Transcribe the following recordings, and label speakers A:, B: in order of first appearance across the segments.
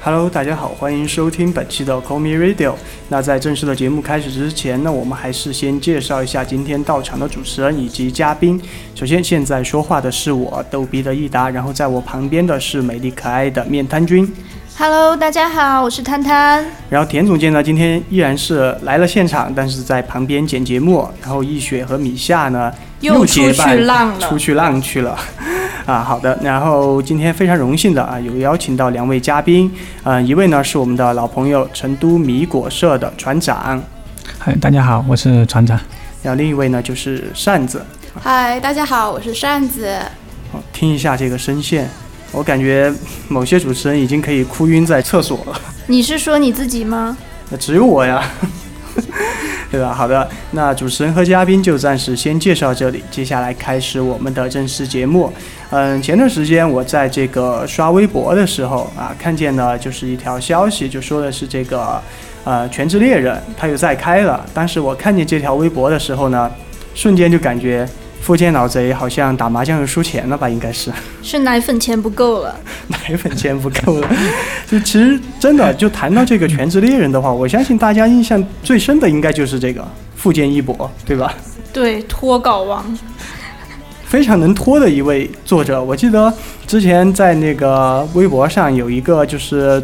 A: Hello，大家好，欢迎收听本期的 Call Me Radio。那在正式的节目开始之前呢，我们还是先介绍一下今天到场的主持人以及嘉宾。首先，现在说话的是我逗逼的益达，然后在我旁边的是美丽可爱的面瘫君。
B: Hello，大家好，我是摊摊。
A: 然后田总监呢，今天依然是来了现场，但是在旁边剪节目。然后易雪和米夏呢
B: 又
A: 又
B: 出
A: 结伴
B: 去浪了
A: 出去浪去了。 啊，好的。然后今天非常荣幸的啊，有邀请到两位嘉宾，嗯、一位呢是我们的老朋友成都米果社的船长，
C: 嗨，大家好，我是船长。
A: 然后另一位呢就是扇子。
B: 嗨，大家好，我是扇子。
A: 哦听一下这个声线，我感觉某些主持人已经可以哭晕在厕所了。
B: 你是说你自己吗？
A: 那只有我呀， 对吧？好的，那主持人和嘉宾就暂时先介绍这里，接下来开始我们的正式节目。嗯，前段时间我在这个刷微博的时候啊，看见呢就是一条消息，就说的是这个呃《全职猎人》它又再开了。当时我看见这条微博的时候呢，瞬间就感觉。福建老贼好像打麻将又输钱了吧？应该是
B: 是奶粉钱不够了。
A: 奶粉钱不够 了。就其实真的，就谈到这个《全职猎人》的话，我相信大家印象最深的应该就是这个富坚义博，对吧？
B: 对，脱稿王。
A: 非常能拖的一位作者。我记得之前在那个微博上有一个就是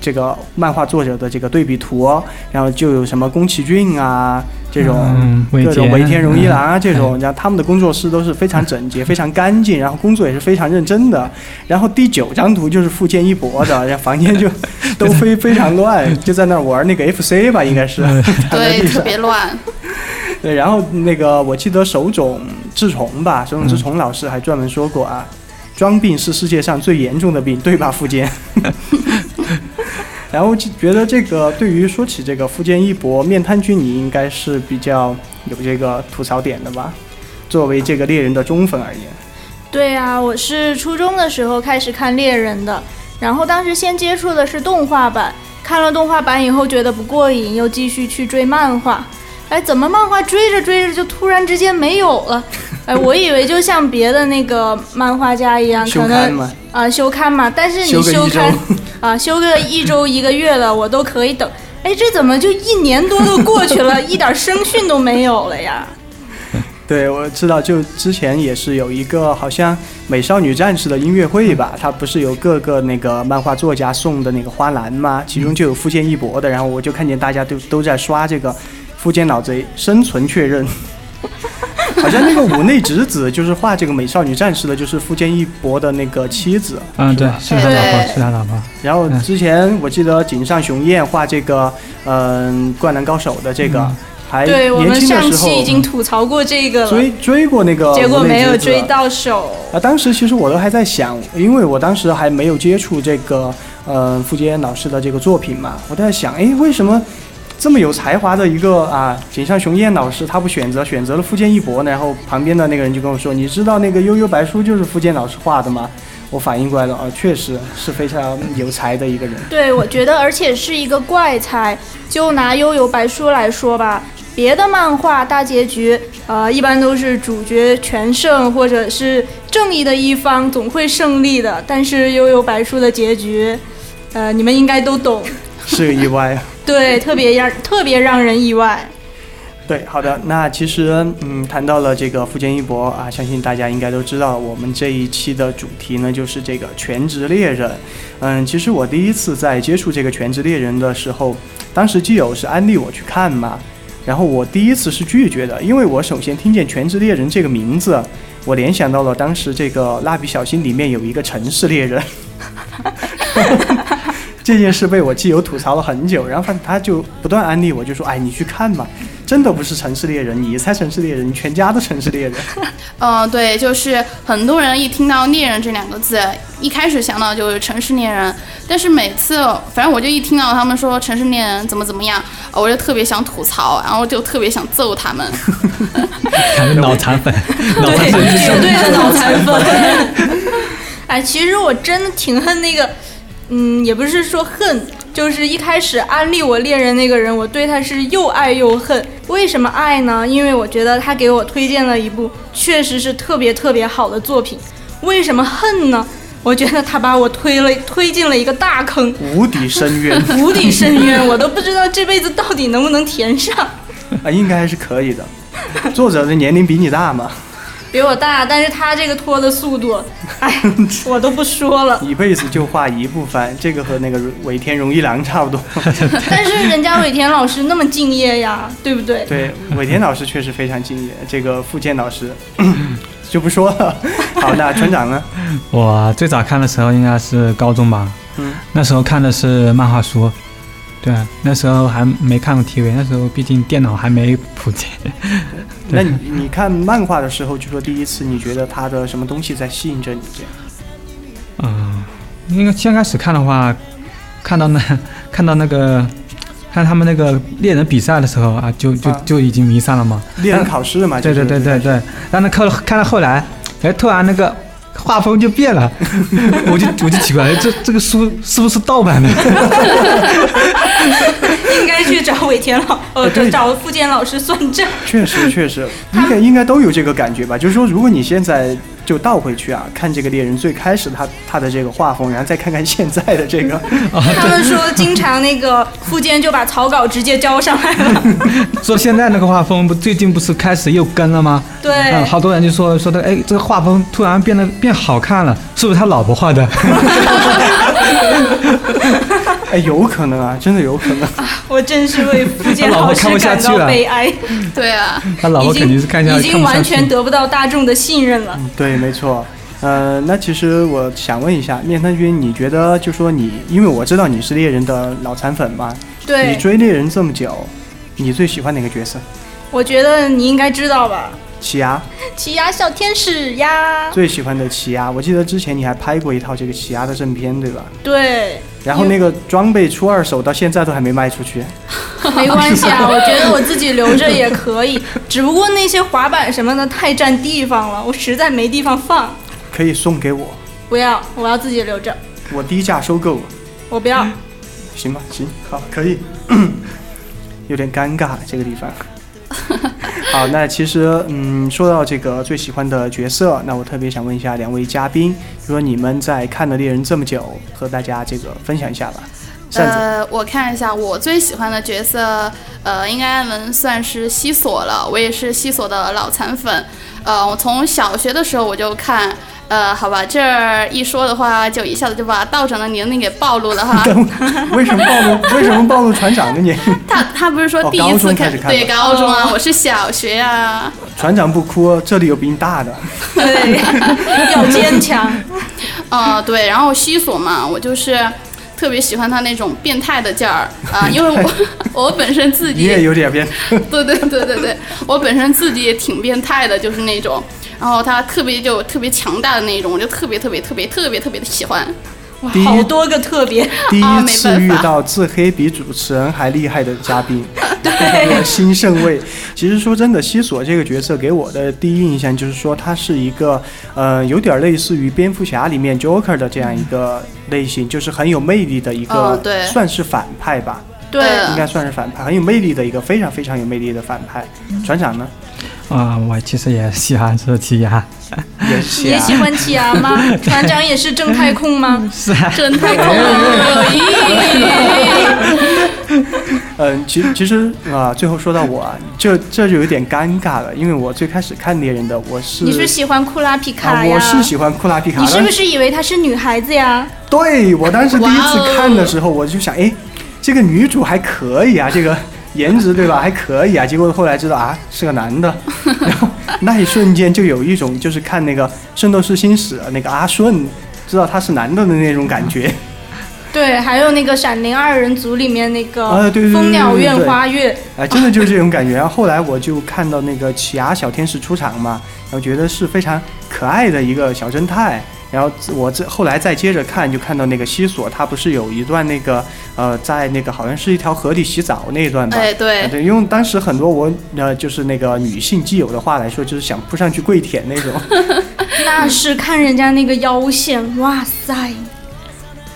A: 这个漫画作者的这个对比图，然后就有什么宫崎骏啊这种。
C: 嗯，
A: 各种
C: 尾
A: 尾田荣一郎啊，这种，然后他们的工作室都是非常整洁、非常干净，然后工作也是非常认真的。然后第九张图就是富坚义博的，然后房间就 都非非常乱，就在那儿玩那个 FC 吧，应该是。躺在 地
D: 对，
A: 上
D: 特别乱。
A: 对，然后那个我记得手冢治虫吧，手冢治虫老师还专门说过啊，装病是世界上最严重的病，对吧，富坚？ 然后就觉得这个对于说起这个富坚义博、面瘫君，你应该是比较有这个吐槽点的吧？作为这个猎人的忠粉而言，
B: 对啊，我是初中的时候开始看猎人的，然后当时先接触的是动画版，看了动画版以后觉得不过瘾，又继续去追漫画。哎，怎么漫画追着追着就突然之间没有了？哎，我以为就像别的那个漫画家一 样，
A: 修
B: 嗯可
A: 刊
B: 能
A: 嘛，
B: 啊、休刊嘛，但是
A: 休
B: 你
A: 个一
B: 休刊
A: 周
B: 啊、休个一周一个月了，我都可以等。哎，这怎么就一年多都过去了，一点声讯都没有了呀？
A: 对，我知道，就之前也是有一个好像美少女战士的音乐会吧，它不是有各个那个漫画作家送的那个花篮吗？其中就有富坚义博的，然后我就看见大家都都在刷这个富坚老贼生存确认。 好像那个五内直子就是画这个美少女战士的，就是富坚义博的那个妻子，
C: 嗯，
A: 是
C: 对
A: 吧，
C: 是他老婆，
D: 对
C: 是他老婆。
A: 然后之前我记得井上雄彦画这个，嗯、灌篮高手的这个，
C: 嗯
A: 还
B: 对我
A: 年
B: 们
A: 轻的
B: 上
A: 时候嗯
B: 期已经吐槽过这个了，
A: 追追过那个，
B: 结果没有追。到手。
A: 啊，当时其实我都还在想，因为我当时还没有接触这个，呃，傅杰老师的这个作品嘛，我都在想，诶，为什么这么有才华的一个啊，井上雄彦老师他不选择，选择了富坚义博呢？然后旁边的那个人就跟我说，你知道那个《悠悠白书》就是富坚老师画的吗？我反应过来了，啊，确实是非常有才的一个人。
B: 对，我觉得而且是一个怪才。就拿《幽游白书》来说吧，别的漫画大结局，呃，一般都是主角全胜或者是正义的一方总会胜利的，但是《幽游白书》的结局，呃，你们应该都懂，
A: 是个意外。
B: 对，特别让特别让人意外。
A: 对，好的，那其实嗯，谈到了这个富坚义博啊，相信大家应该都知道，我们这一期的主题呢就是这个全职猎人。嗯，其实我第一次在接触这个全职猎人的时候，当时基友是安利我去看嘛，然后我第一次是拒绝的，因为我首先听见全职猎人这个名字，我联想到了当时这个蜡笔小新里面有一个城市猎人。 这件事被我基友吐槽了很久，然后反正他就不断安利我，就说：“哎，你去看吧，真的不是城市猎人，你才城市猎人，你全家都城市猎人。
D: 嗯，对，就是很多人一听到猎人这两个字，一开始想到就是城市猎人，但是每次反正我就一听到他们说城市猎人怎么怎么样，呃我就特别想吐槽，然后就特别想揍他们。
C: 感觉脑残 粉，脑
B: 对，
C: 残粉就是
B: 绝对的脑残 粉。哎，其实我真的挺恨那个，嗯，也不是说恨，就是一开始安利我恋人那个人，我对他是又爱又恨。为什么爱呢？因为我觉得他给我推荐了一部确实是特别特别好的作品。为什么恨呢？我觉得他把我推了推进了一个大坑，
A: 无底深渊
B: 无底深渊，我都不知道这辈子到底能不能填上。
A: 啊，应该是可以的。作者的年龄比你大嘛，
B: 比我大，但是他这个拖的速度，哎，我都不说了。
A: 一辈子就画一部番，这个和那个尾田荣一郎差不 多。
B: 但是人家尾田老师那么敬业呀， 对不对？
A: 对，尾田老师确实非常敬业，这个富健老师 就不说了。好，那船长 呢？
C: 我最早看的时候应该是高中吧，
A: 嗯，
C: 那时候看的是漫画书，对，那时候还没看过 TV，那时候毕竟电脑还没普及。
A: 那你你看漫画的时候，就说第一次你觉得他的什么东西在吸引着你？这样，
C: 嗯，因为先开始看的话，看到那看到那个看他们那个猎人比赛的时候啊，就就
A: 啊
C: 就已经迷上了嘛。
A: 猎人考试嘛，
C: 对
A: 啊就是
C: 对对对对，但那看看到后来，哎，突然那个画风就变 了，我就我就奇怪，哎这这个书是不是盗版的？
B: 应该去找尾田 老，呃，找找富坚老师算账。
A: 确 实确实，应该应该都有这个感觉吧？就是说，如果你现在就倒回去啊，看这个猎人最开始他他的这个画风，然后再看看现在的 这个，
C: 啊
B: 他们说经常那个富坚就把草稿直接交上来了，
C: 说现在那个画风不最近不是开始又跟了吗？
B: 对，
C: 嗯，好多人就说说的，哎，这个画风突然变得变好看了，是不是他老婆画的？
A: 哎，有可能啊，真的有 可能。
B: 我真是为富坚
C: 他 老
B: 老
C: 婆
B: 师
C: 看不下
B: 感
C: 去
B: 到
C: 了
B: 悲哀，
D: 对啊，
C: 他老婆
B: 已
C: 肯定
B: 经
C: 是看下嗯
B: 已经完全得不到大众的信任了。
A: 对，没错。呃，那其实我想问一下，面瘫君，你觉得就说你，因为我知道你是猎人的脑残粉嘛，你
B: 对，
A: 追猎人这么久，你最喜欢哪个角色？
B: 我觉得你应该知道吧，
A: 奇牙，
B: 奇牙小天使呀，
A: 最喜欢的奇牙。我记得之前你还拍过一套这个奇牙的正片，对吧？
B: 对，
A: 然后那个装备出二手到现在都还没卖出去。
B: 没关系啊，我觉得我自己留着也可以，只不过那些滑板什么的太占地方了，我实在没地方放。
A: 可以送给我，
B: 不要，我要自己留着，
A: 我低价收购，
B: 我不
A: 嗯
B: 要。
A: 行吧？行，好，可以。 有点尴尬这个地方。好，那其实嗯，说到这个最喜欢的角色，那我特别想问一下两位嘉宾，就说你们在看了《猎人》这么久，和大家这个分享一下吧。扇子，
D: 呃，我看一下，我最喜欢的角色，呃，应该能算是西索了。我也是西索的脑残粉，呃，我从小学的时候我就看，呃，好吧，这儿一说的话，就一下子就把道长的年龄给暴露了哈。
A: 为什么暴露？为什么暴露船长的年龄？
D: 他他不是说
A: 哦
D: 第
A: 高
D: 一次
A: 中开始看
D: 对
A: 的
D: 高中啊，我是小学啊。
A: 船长不哭，这里有比你大的。
B: 对， 要坚强。
D: 啊、对，然后西索嘛，我就是特别喜欢他那种变态的劲儿 啊、因为我我本身自
A: 你
D: 己
A: 也有点变，
D: 对对对对对，我本身自己也挺变态的，就是那种，然后他特别就特别强大的那种，我就特别特别特别特别特别的喜欢。
B: 哇
A: 第一
B: 好多个 特别，
A: 第
D: 啊
A: 一
D: 没
A: 次
D: 办
A: 遇
D: 法
A: 到自黑比主持人还厉害的嘉宾，对，新胜位。其实说真的，西索这个角色给我的第一印象就是说，他是一个呃，有点类似于蝙蝠侠里面 Joker 的这样一个类型，就是很有魅力的一个，
D: 哦对
A: 算是反派吧，
B: 对，
D: 呃
A: 应该算是反派，很有魅力的一个非常非常有魅力的反派。船长呢，
C: 啊、我其实也喜欢这啊奇亚，
A: 也是啊
B: 你也喜欢奇牙吗？ 船长也是正太控吗？
A: 嗯
C: 是啊，
D: 真
A: 哎
D: 太恐 怖了！
A: 嗯，其其实啊、最后说到我啊，这这就有点尴尬了，因为我最开始看猎人的，我是
B: 你是喜欢库拉皮
A: 啊，
B: 卡呀？
A: 我是喜欢库拉皮卡，
B: 你是
A: 但
B: 不是以为她是女孩子呀？
A: 对我当时第一
D: 哇
A: 次
D: 哦
A: 看的时候，我就想，哎，这个女主还可以啊，这个颜值对吧，还可以啊。结果后来知道啊，是个男的，然后那一瞬间就有一种就是看那个《圣斗士星矢》那个阿顺，知道他是男的的那种感觉。
B: 对，还有那个《闪灵二人组》里面那个
A: 啊对对对对
B: 蜂鸟院
A: 对
B: 花月，
A: 啊，真的就是这种感觉。然后后来我就看到那个奇牙小天使出场嘛，然后觉得是非常可爱的一个小侦探。然后我这后来再接着看，就看到那个西索，他不是有一段那个呃，在那个好像是一条河里洗澡那一段吧？
D: 哎，
A: 啊
D: 对，
A: 对，用当时很多我呃，就是那个女性基友的话来说，就是想扑上去跪舔那种。 嗯
B: 那是看人家那个腰线，哇塞！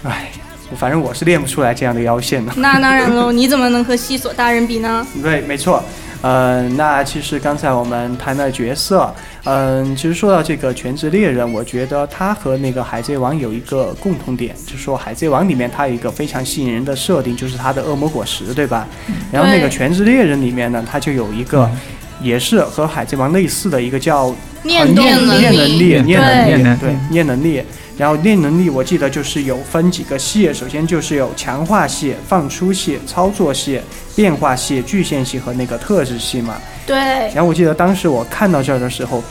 A: 唉，哎反正我是练不出来这样的腰线的。
B: 那当然喽，你怎么能和西索大人比呢？
A: 对，没错。嗯、那其实刚才我们谈的角色，嗯、其实说到这个《全职猎人》，我觉得它和那个《海贼王》有一个共同点，就是说《海贼王》里面它有一个非常吸引人的设定，就是它的恶魔果实，对吧？然后那个《
B: 对
A: 全职猎人》里面呢，它就有一个
C: 嗯。
A: 也是和《海贼王》类似的一个叫
B: 念动
A: 念
D: 能
B: 能
D: 力
A: 能
B: 力，
A: 力，
C: 念
A: 能
C: 能力
A: 对
C: 嗯
A: 念能力。然后念能力，我记得就是有分几个系，首先就是有强化系、放出系、操作系、变化系、局限系和那个特质系嘛。
B: 对，
A: 然后我记得当时我看到这儿的时候，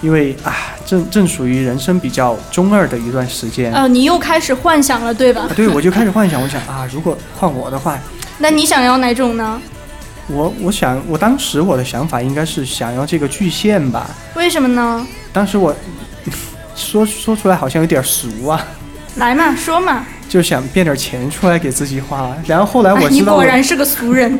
A: 因为啊，正正属于人生比较中二的一段时间，啊、
B: 呃，你又开始幻想了，对吧？
A: 对我就开始幻想，我想啊，如果换我的话，
B: 那你想要哪种呢？
A: 我我想我当时我的想法应该是想要这个巨献吧，
B: 为什么呢？
A: 当时我 说说出来好像有点俗啊，
B: 来嘛，说嘛。
A: 就想变点钱出来给自己花。然后后来
B: 哎
A: 我
B: 你
A: 知道
B: 果
A: 了，
B: 然是个俗人。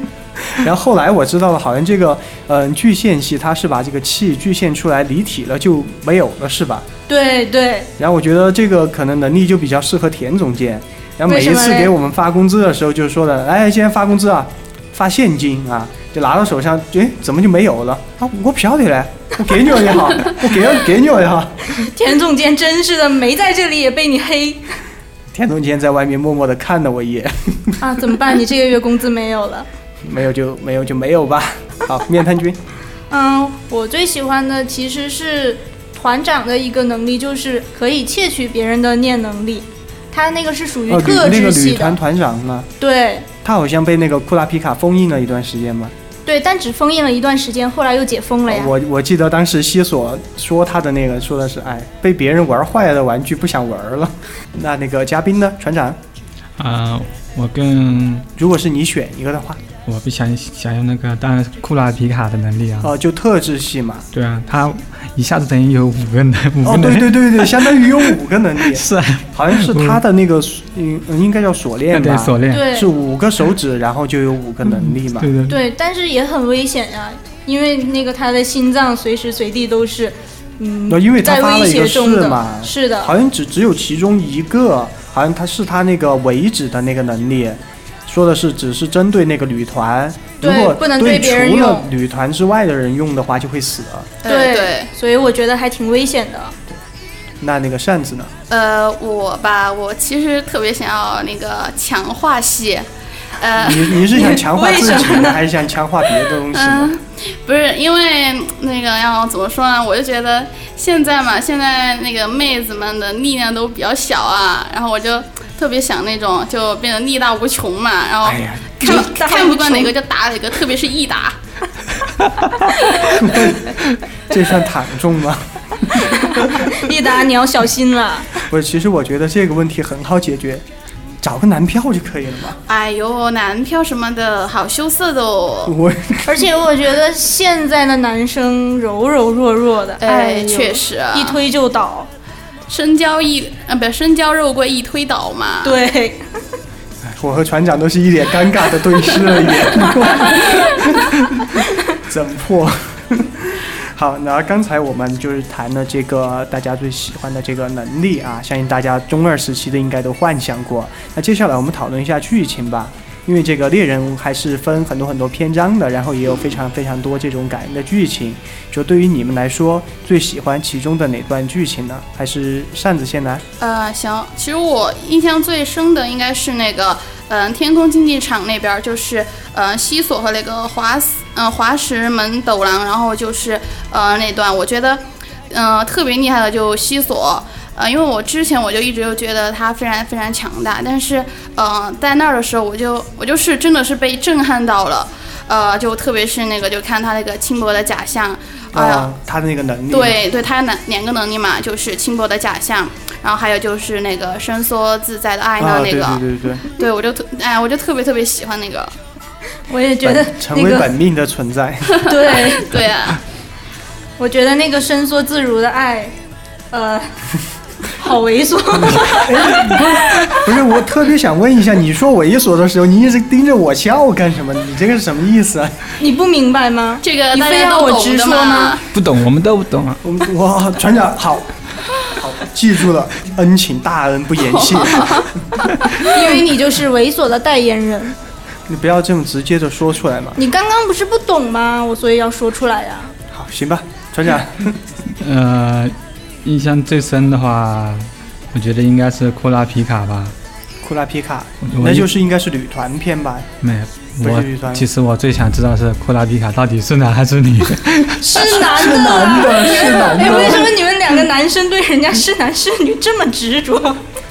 A: 然后后来我知道了，好像这个嗯、巨献系它是把这个气巨献出来离体了就没有了是吧？
B: 对对，
A: 然后我觉得这个可能能力就比较适合田总监。然后每一
B: 为什
A: 次
B: 么嘞
A: 给我们发工资的时候，就说的，哎，今天发工资啊，发现金啊，就拿到手上，哎，怎么就没有了？啊，我不晓得嘞，我给你了也好，我给了给你了也好。
B: 田总监真是的，没在这里也被你黑
A: 田总监在外面默默地看了我一眼，
B: 啊！怎么办？你这个月工资没有了。
A: 没有就没有就没有吧。好，面瘫君，
B: 嗯，我最喜欢的其实是团长的一个能力，就是可以窃取别人的念能力。他那个是属于
A: 哦，旅
B: 特
A: 那个
B: 制
A: 旅
B: 系的，
A: 团团长呢？
B: 对
A: 他好像被那个库拉皮卡封印了一段时间嘛。哦
B: 对，但只封印了一段时间，后来又解封了呀。
A: 我我记得当时西索说他的那个说的是，哎，被别人玩坏了的玩具不想玩了。那那个嘉宾呢？船长，
C: 啊、我跟
A: 如果是你选一个的话，
C: 我不想想要那个，当然是库拉皮卡的能力啊。
A: 哦、就特制系嘛。
C: 对啊，他一下子等于有五个能，五
A: 哦
C: 个，能
A: 对
C: 力。，
A: 对对对，相当于有五个能力
C: 是啊，
A: 好像是他的那个，嗯，应该叫锁链吧
C: 对，锁链。
B: 对
A: 是五个手指，然后就有五个能力嘛。
C: 对对对
B: 对，但是也很危险呀、因为那个他的心脏随时随地都是，嗯
A: 那，因为他
B: 在
A: 发
B: 威
A: 了一个
B: 胁中
A: 誓
B: 的，
A: 嘛，
B: 是的，
A: 好像只只有其中一个，好像他是他那个为止的那个能力，说的是只是针对那个旅团，如
B: 对
A: 果
B: 不能
A: 对
B: 对别人
A: 除了
B: 用
A: 旅团之外的人用的话就会死。
B: 对
D: 对，
B: 所以我觉得还挺危险的。
A: 那那个扇子呢？
D: 呃，我吧，我其实特别想要那个强化系，呃，
A: 你 你是想强化
B: 为
A: 自
B: 什
A: 己呢，还是想强化别的东西呢？
D: 嗯，不是因为嗯那个要怎么说呢？我就觉得现在嘛，现在那个妹子们的力量都比较小啊，然后我就特别想那种就变得力大无穷嘛，然后
A: 哎呀，
D: 看、
B: 力大
D: 看
B: 无
D: 不惯哪
B: 穷
D: 个就打哪个，特别是一打。
A: 这算躺中吗？
B: 益达，你要小心了。
A: 不是，其实我觉得这个问题很好解决，找个男票就可以了嘛。
D: 哎呦，男票什么的好羞涩的哦。
A: 我
B: 而且我觉得现在的男生柔柔弱弱的，哎
D: 哎，
B: 呦，
D: 确实啊，
B: 一推就倒。
D: 身娇一啊，不是身娇肉贵一推倒
A: 啊
D: 嘛。
B: 对，
A: 我和船长都是一脸尴尬的对视了一 眼，怎破？ 好，那刚才我们就是谈了这个大家最喜欢的这个能力啊，相信大家中二时期的应该都幻想过。那接下来我们讨论一下剧情吧，因为这个猎人还是分很多很多篇章的，然后也有非常非常多这种感人的剧情。就对于你们来说，最喜欢其中的哪段剧情呢？还是扇子先来？
D: 呃，行，其实我印象最深的应该是那个，嗯、天空竞技场那边儿就是，呃，西索和那个华斯，嗯、华石门斗狼，然后就是，呃，那段我觉得，嗯、特别厉害的就西索，呃，因为我之前我就一直就觉得他非常非常强大，但是，呃，在那儿的时候，我就我就是真的是被震撼到了，呃，就特别是那个就看他那个轻薄的假象，哎呀、
A: 啊，他的那个能力。。
D: 对对，他两两个能力嘛，就是轻薄的假象，然后还有就是那个伸缩自在的爱
A: 啊，
D: 呢，
A: 对
D: 那
A: 对对
D: 个，
A: 对对。
D: 对我就特哎，我就特别特别喜欢那 个，
B: 我也觉得
A: 本成
B: 那
A: 为
B: 个，
A: 本命的存在。
B: 对，
D: 对啊，
B: 我觉得那个伸缩自如的爱，呃， 好 猥琐。
A: 不是，我特别想问一下，你说猥琐的时候，你一直盯着我笑干什么？你这个是什么意思 啊？
B: 你不明白吗？
D: 这个
B: 你
D: 大
B: 非
D: 家
B: 要
D: 都
B: 我
D: 懂
B: 直
D: 的
B: 说
D: 嘛
B: 吗？
C: 不懂，我们都不懂啊。
A: 我我船长好，好记住了，恩情大恩不言 谢。
B: 因为你就是猥琐的代言人。
A: 你不要这么直接的说出来嘛。
B: 你刚刚不是不懂吗？我所以要说出来啊呀、
A: 好，行吧，船长，
C: 呃，印象最深的话，我觉得应该是库拉皮卡吧。
A: 库拉皮卡，
C: 我
A: 那
C: 一
A: 就是应该是旅团片 吧？
C: 没有
A: 不是女团
C: 我其实我最想知道是库拉皮卡到底是男还是 女？
B: 是男的。啊
A: 男的，是男
B: 哎，为什么你们两个男生对人家是男是女这么执着？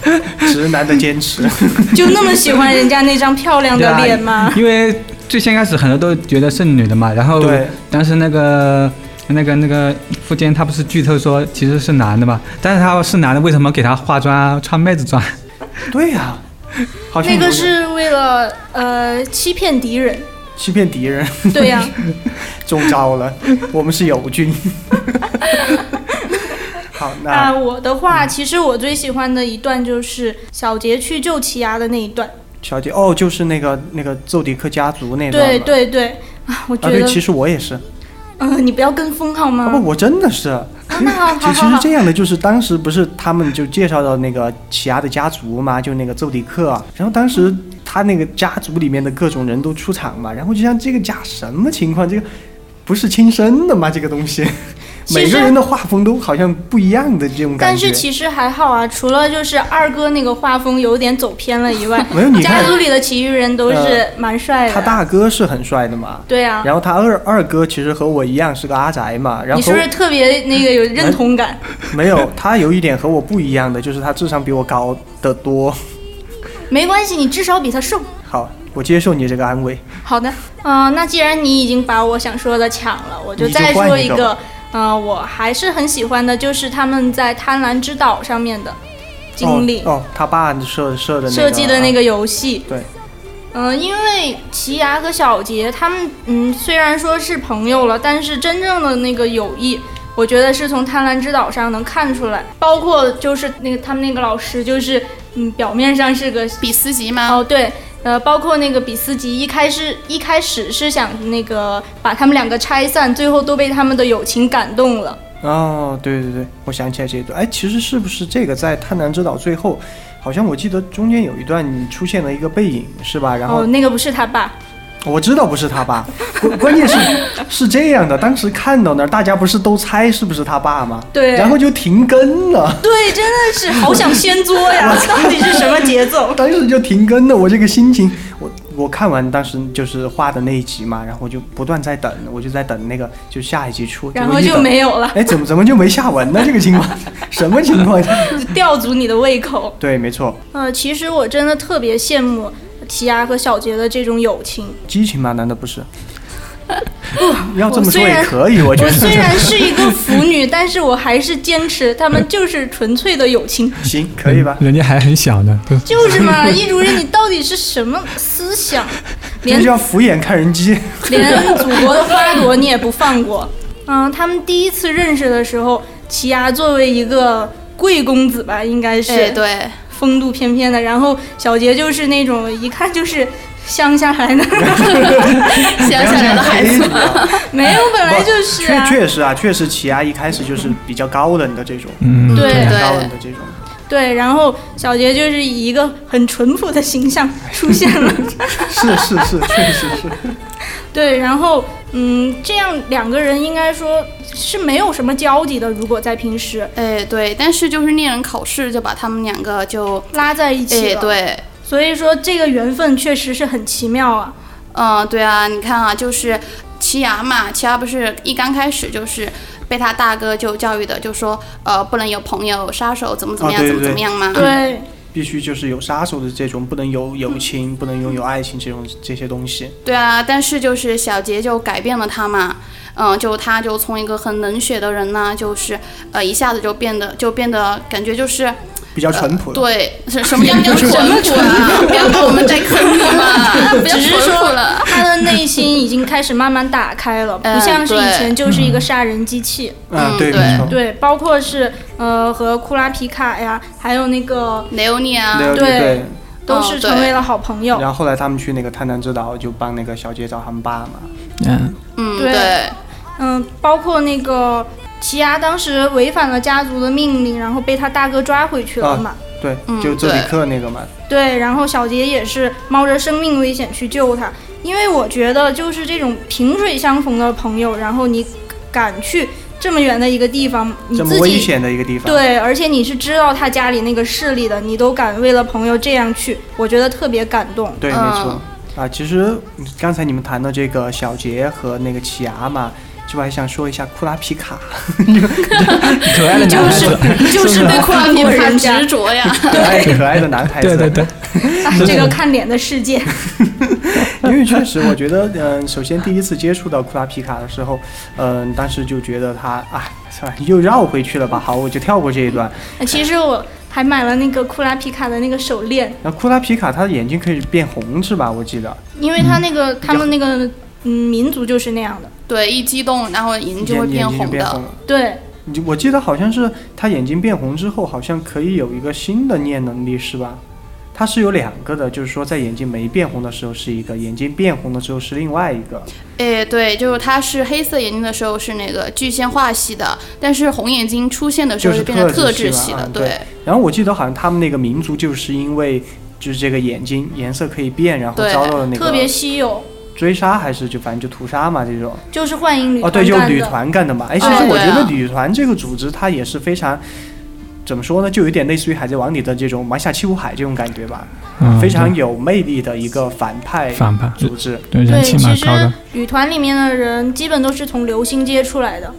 A: 的，直男的坚持。
B: 就那么喜欢人家那张漂亮
A: 啊
B: 的脸吗？
C: 因为最先开始很多都觉得是女的嘛，然后
A: 对
C: 当时那个那个那个富坚他不是剧透说其实是男的嘛，但是他是男的，为什么给他化妆啊穿妹子装？
A: 对呀、好像
B: 那个
A: 有
B: 是为了呃欺骗敌人，
A: 欺骗敌人，
B: 对呀、
A: 中招了，我们是友 军。好，
B: 那
A: 那
B: 我的话，其实我最喜欢的一段就是小杰去救奇亚的那一段。
A: 小姐，哦，就是那个那个奏迪克家族那段
B: 对
A: 吧
B: 对对，啊，我觉
A: 啊，
B: 得
A: 对，，其实我也是，
B: 嗯、你不要跟风好
A: 啊
B: 吗？
A: 不，我真的 是。
B: 啊那好好
A: 其
B: 好
A: 实
B: 好
A: 是，这样的，就是当时不是他们就介绍到那个奇亚的家族嘛，就那个奏迪克啊，然后当时他那个家族里面的各种人都出场嘛，然后就像这个家什么情况，这个不是亲生的吗？这个东 西，
B: 其实
A: 每个人的画风都好像不一样的这种感
B: 但
A: 觉。，
B: 是其实还好啊，除了就是二哥那个画风有点走偏了以外
A: 没有你
B: 家
A: 看呃
B: 族里的其余人都是蛮帅的。
A: 他大哥是很帅的嘛，
B: 对啊，
A: 然后他二二哥其实和我一样是个阿宅嘛，然后
B: 你是不是特别那个有认 同感？
A: 没有他有一点和我不一样的，就是他智商比我高得多。
B: 没关系，你至少比他瘦。
A: 好，我接受你这个安慰。
B: 好的，嗯、那既然你已经把我想说的抢了，我就
A: 你就
B: 再说
A: 换一
B: 一
A: 个
B: 个。嗯、我还是很喜欢的，就是他们在贪婪之岛上面的经历、
A: 哦哦，他爸设设的那个
B: 设计的那
A: 个
B: 个游戏。
A: 对。
B: 嗯、因为奇牙和小杰他们，嗯，虽然说是朋友了，但是真正的那个友谊，我觉得是从贪婪之岛上能看出来。包括就是那个他们那个老师，就是嗯，表面上是个
D: 比斯吉吗？
B: 哦，对，呃，包括那个比斯吉，一开始一开始是想那个把他们两个拆散，最后都被他们的友情感动了。
A: 哦，对对对，我想起来这一段。哎，其实是不是这个在《贪婪之岛》最后，好像我记得中间有一段你出现了一个背影，是吧？然后、
B: 哦，那个不是他爸，
A: 我知道不是他爸， 关关键是是这样的，当时看到那儿，大家不是都猜是不是他爸吗？
B: 对
A: 然后就停更了，
B: 对，真的是好想掀桌 呀！到底是什么节奏？
A: 当时就停更了。我这个心情，我我看完当时就是画的那一集嘛，然后我就不断在等，我就在等那个就下一集出，
B: 然
A: 结果
B: 后
A: 一
B: 就
A: 等
B: 没有了，
A: 哎，怎么怎么就没下文呢？这个情况， 什么情况？
B: 就吊足你的胃口。
A: 对，没错，
B: 呃，其实我真的特别羡慕奇亚和小杰的这种友情。
A: 激情嘛，难道不 是？要这么说
B: 我虽
A: 也
B: 然
A: 可以，我觉
B: 我虽
A: 得
B: 然是一个腐女，但是我还是坚持，他们就是纯粹的友情。
A: 行，可以吧？
B: 嗯
C: 人家还很小呢，都
B: 就是 嘛，易主任，你到底是什么思想？
A: 这
B: 连
A: 叫敷衍看人 机。
B: 连祖国的花朵你也不放过。嗯，他们第一次认识的时候，奇牙作为一个贵公子吧，应该是、
D: 哎，对，
B: 风度翩翩的，然后小杰就是那种一看就是乡下来的，
D: 想起来的 孩子，
B: 没有，本
A: 哎
B: 来就是、
A: 确
B: 啊。
A: 确实啊，确实齐亚一开始就是比较高冷的这种，
C: 嗯，
B: 对
A: 比较
D: 对
A: 高冷的这种。
B: 对，然后小杰就是以一个很淳朴的形象出现了。
A: 是是是，确实是。
B: 对，然后嗯，这样两个人应该说是没有什么交集的，如果在平时。
D: 哎，对，但是就是恋人考试就把他们两个就，
B: 拉在一起
D: 哎，
B: 了。，
D: 对，
B: 所以说这个缘分确实是很奇妙啊。
D: 嗯，对啊，你看啊，就是奇牙嘛，奇牙不是一刚开始就是被他大哥就教育的，就说呃不能有朋友，杀手怎么怎么
A: 啊
D: 样，
A: 对
D: 怎么
A: 对
D: 怎么样嘛。
B: 对，
A: 必须就是有杀手的这种，不能有友情，不能拥有爱情这种这些东西。
D: 对啊，但是就是小杰就改变了他嘛，嗯、就他就从一个很冷血的人呢，就是呃一下子就变得就变得感觉就是
A: 比较淳朴了，
D: 对是什么样叫淳朴啊？不要把我们带坑里嘛，不要
B: 只是
D: 淳朴了。
B: 他的内心已经开始慢慢打开了，
D: 嗯
B: 不像是以前就是一个杀人机器。
A: 嗯，
D: 嗯
A: 对，
D: 对
A: 没错。
B: 对，包括是呃和库拉皮卡呀，还有那个
D: 雷欧尼啊，
A: 对
B: 对
A: 对。
B: 都是
D: 哦对
B: 成为了好朋友。
A: 然后后来他们去那个探探之岛，就帮那个小姐找他们爸嘛。
C: 嗯，
D: 嗯
B: 对
D: 对，
B: 嗯，包括那个奇牙当时违反了家族的命令，然后被他大哥抓回去了嘛。
A: 对，
D: 嗯
A: 就这里
D: 对
A: 克那个嘛，
B: 对，然后小杰也是冒着生命危险去救他，因为我觉得就是这种萍水相逢的朋友，然后你敢去这么远的一个地方，你
A: 这么
B: 自
A: 危
B: 己
A: 险的一啊个地方，，
B: 对，而且你是知道他家里那个势力的，你都敢为了朋友这样去，我觉得特别感动。
A: 对，没错
D: 嗯。
A: 啊，其实刚才你们谈到这个小杰和那个奇牙嘛，就我还想说一下库拉皮卡，
C: 可爱的
B: 就
C: 男孩
B: 是
C: 子，
D: 你就是 对库拉皮
B: 是不是
D: 卡执着呀。
A: 可爱可爱的男孩子，
C: 对对对，
B: 啊
C: 是
B: 这
C: 的
B: 个看脸的世界，
A: 因为确实，我觉得，嗯、首先第一次接触到库拉皮卡的时候，嗯、当时就觉得他啊，算了，又绕回去了吧，好，我就跳过这一段。
B: 其实我还买了那个库拉皮卡的那个手链，
A: 然后库拉皮卡他的眼睛可以变红是吧？我记得
B: 因为他那个、他们那个嗯民族就是那样的。
D: 对，一激动，然后眼睛就会
A: 眼眼睛就
D: 红
A: 变红
D: 的。
A: 了。
B: 对，
A: 你就我记得好像是他眼睛变红之后，好像可以有一个新的念能力是吧？它是有两个的，就是说在眼睛没变红的时候是一个，眼睛变红的时候是另外一个。
D: 哎，对，就是他是黑色眼睛的时候是那个具现化系的，但是红眼睛出现的时候
A: 就是
D: 变成
A: 特
D: 特
A: 制
D: 制
A: 系
D: 系
A: 了
D: 的
A: 啊。
D: 对，
A: 然后我记得好像他们那个民族就是因为就是这个眼睛颜色可以变，然后
D: 对
A: 遭到了那个
B: 特别稀有，
A: 追杀还是就反正就屠杀嘛这种。
B: 就是幻影女
A: 哦，
B: 团
A: 对，就
B: 干
A: 女
B: 的。
A: 团干的嘛。哎，其
D: 啊
A: 实我
D: 对
A: 觉
D: 啊
A: 得女团这个组织它也是非常。怎么说呢，就有点类似于《海贼王》里的这种“埋下七武海”这种感觉吧，
C: 嗯，
A: 非常有魅力的一个反派
C: 反派，
A: 组织。
C: 对人
B: 对，
C: 气
B: 其
C: 蛮
B: 实
C: 高的。
B: 女团里面的人基本都是从流星街出来的，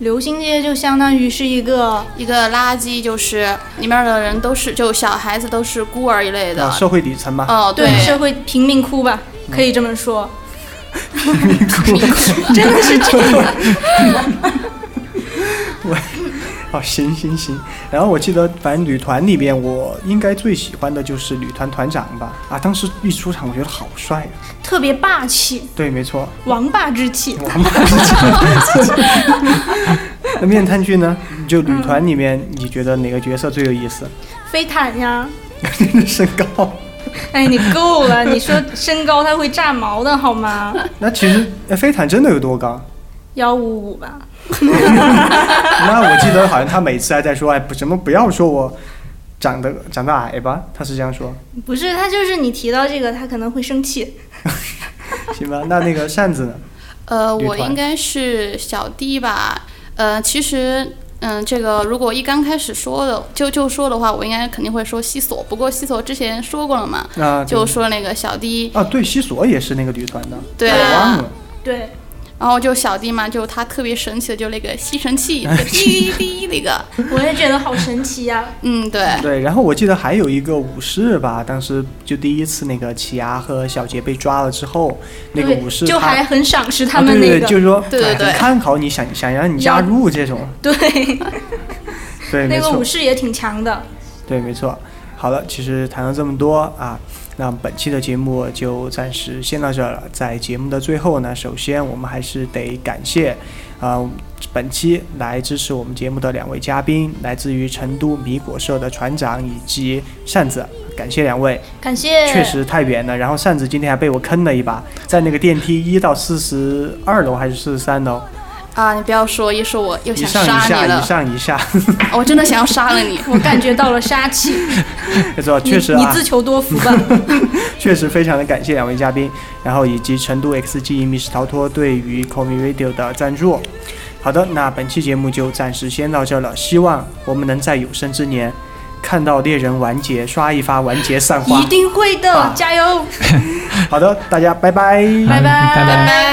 B: 流星街就相当于是一个
D: 一个垃圾就是里面的人都是，就小孩子都是孤儿一类的
A: 啊，。社会底层 嘛，
D: 哦，
B: 对嗯社会贫民窟吧，可以这么说。
A: 哦，行行行。然后我记得，反正女团里边，我应该最喜欢的就是女团团长吧。啊，当时一出场，我觉得好帅啊。
B: 特别霸气，
A: 对，没错。
B: 王霸之气。
A: 王八蛋 那面瘫君呢？就女团里面，你觉得哪个角色最有意思？
B: 飞毯呀，
A: 身高。
B: 哎，你够 了！你说身高它会炸毛的好吗？
A: 那其实呃飞毯真的有多高？
B: 幺五五吧，
A: 那我记得好像他每次还在说，哎，不什么不要说我长得长得矮吧，他是这样说，
B: 不是他就是你提到这个，他可能会生气。
A: 行吧？那那个扇子呢？
D: 呃，
A: 女
D: 我
A: 团
D: 应该是小 D 吧。呃，其实，嗯、这个如果一刚开始说的就就说的话，我应该肯定会说西索。不过西索之前说过了嘛，
A: 啊，
D: 就说那个小 D，
A: 啊，对，西索也是那个女团的，
D: 对
A: 我忘
D: 啊
A: 了，，
B: 对，
D: 然后就小 D 嘛，就他特别神奇的，就那个吸尘 器，
A: 哎
D: 就滴滴滴那个，
B: 我也觉得好神奇呀、
D: 嗯，对，
A: 对。然后我记得还有一个武士吧，当时就第一次那个奇牙和小杰被抓了之后， 那个
B: 对
A: 武士
B: 就
A: 他
B: 还很赏识他们
A: 啊、对
B: 那
A: 对
B: 个，
A: 对，就是说，
D: 对对
A: 哎
D: 对
A: 很看好你想想让你加入这种，
B: 对
A: 对，没
B: 那个
A: 错
B: 武，士也挺强的。
A: 对，没错。好了，其实谈了这么多啊，那本期的节目就暂时先到这儿了。在节目的最后呢，首先我们还是得感谢，啊、本期来支持我们节目的两位嘉宾，来自于成都米果社的船长以及扇子，感谢两位。
B: 感谢，。
A: 确实太远了。然后扇子今天还被我坑了一把，在那个电梯一到四十二楼还是四十三楼，
D: 啊，你不要说，一说我又
A: 一上
D: 想
A: 一
D: 杀
A: 下，
D: 你
A: 一
D: 了，
A: 上一下，
D: 我真的想要杀了 你
B: 我感觉到了杀气。
A: 没错，
B: 你
A: 确实
B: 你
A: 啊
B: 自，求多福吧。
A: 确实非常的感谢两位嘉宾，然后以及成都 XG 密室逃脱对于 Call Me Radio 的赞助。好的，那本期节目就暂时先到这了，希望我们能在有生之年看到猎人完结，刷一发完 结散花
B: 一。定会的，
A: 啊
B: 加油！
A: 好的，大家拜拜。
B: 拜
C: 好拜
D: 拜
C: 拜
D: 拜。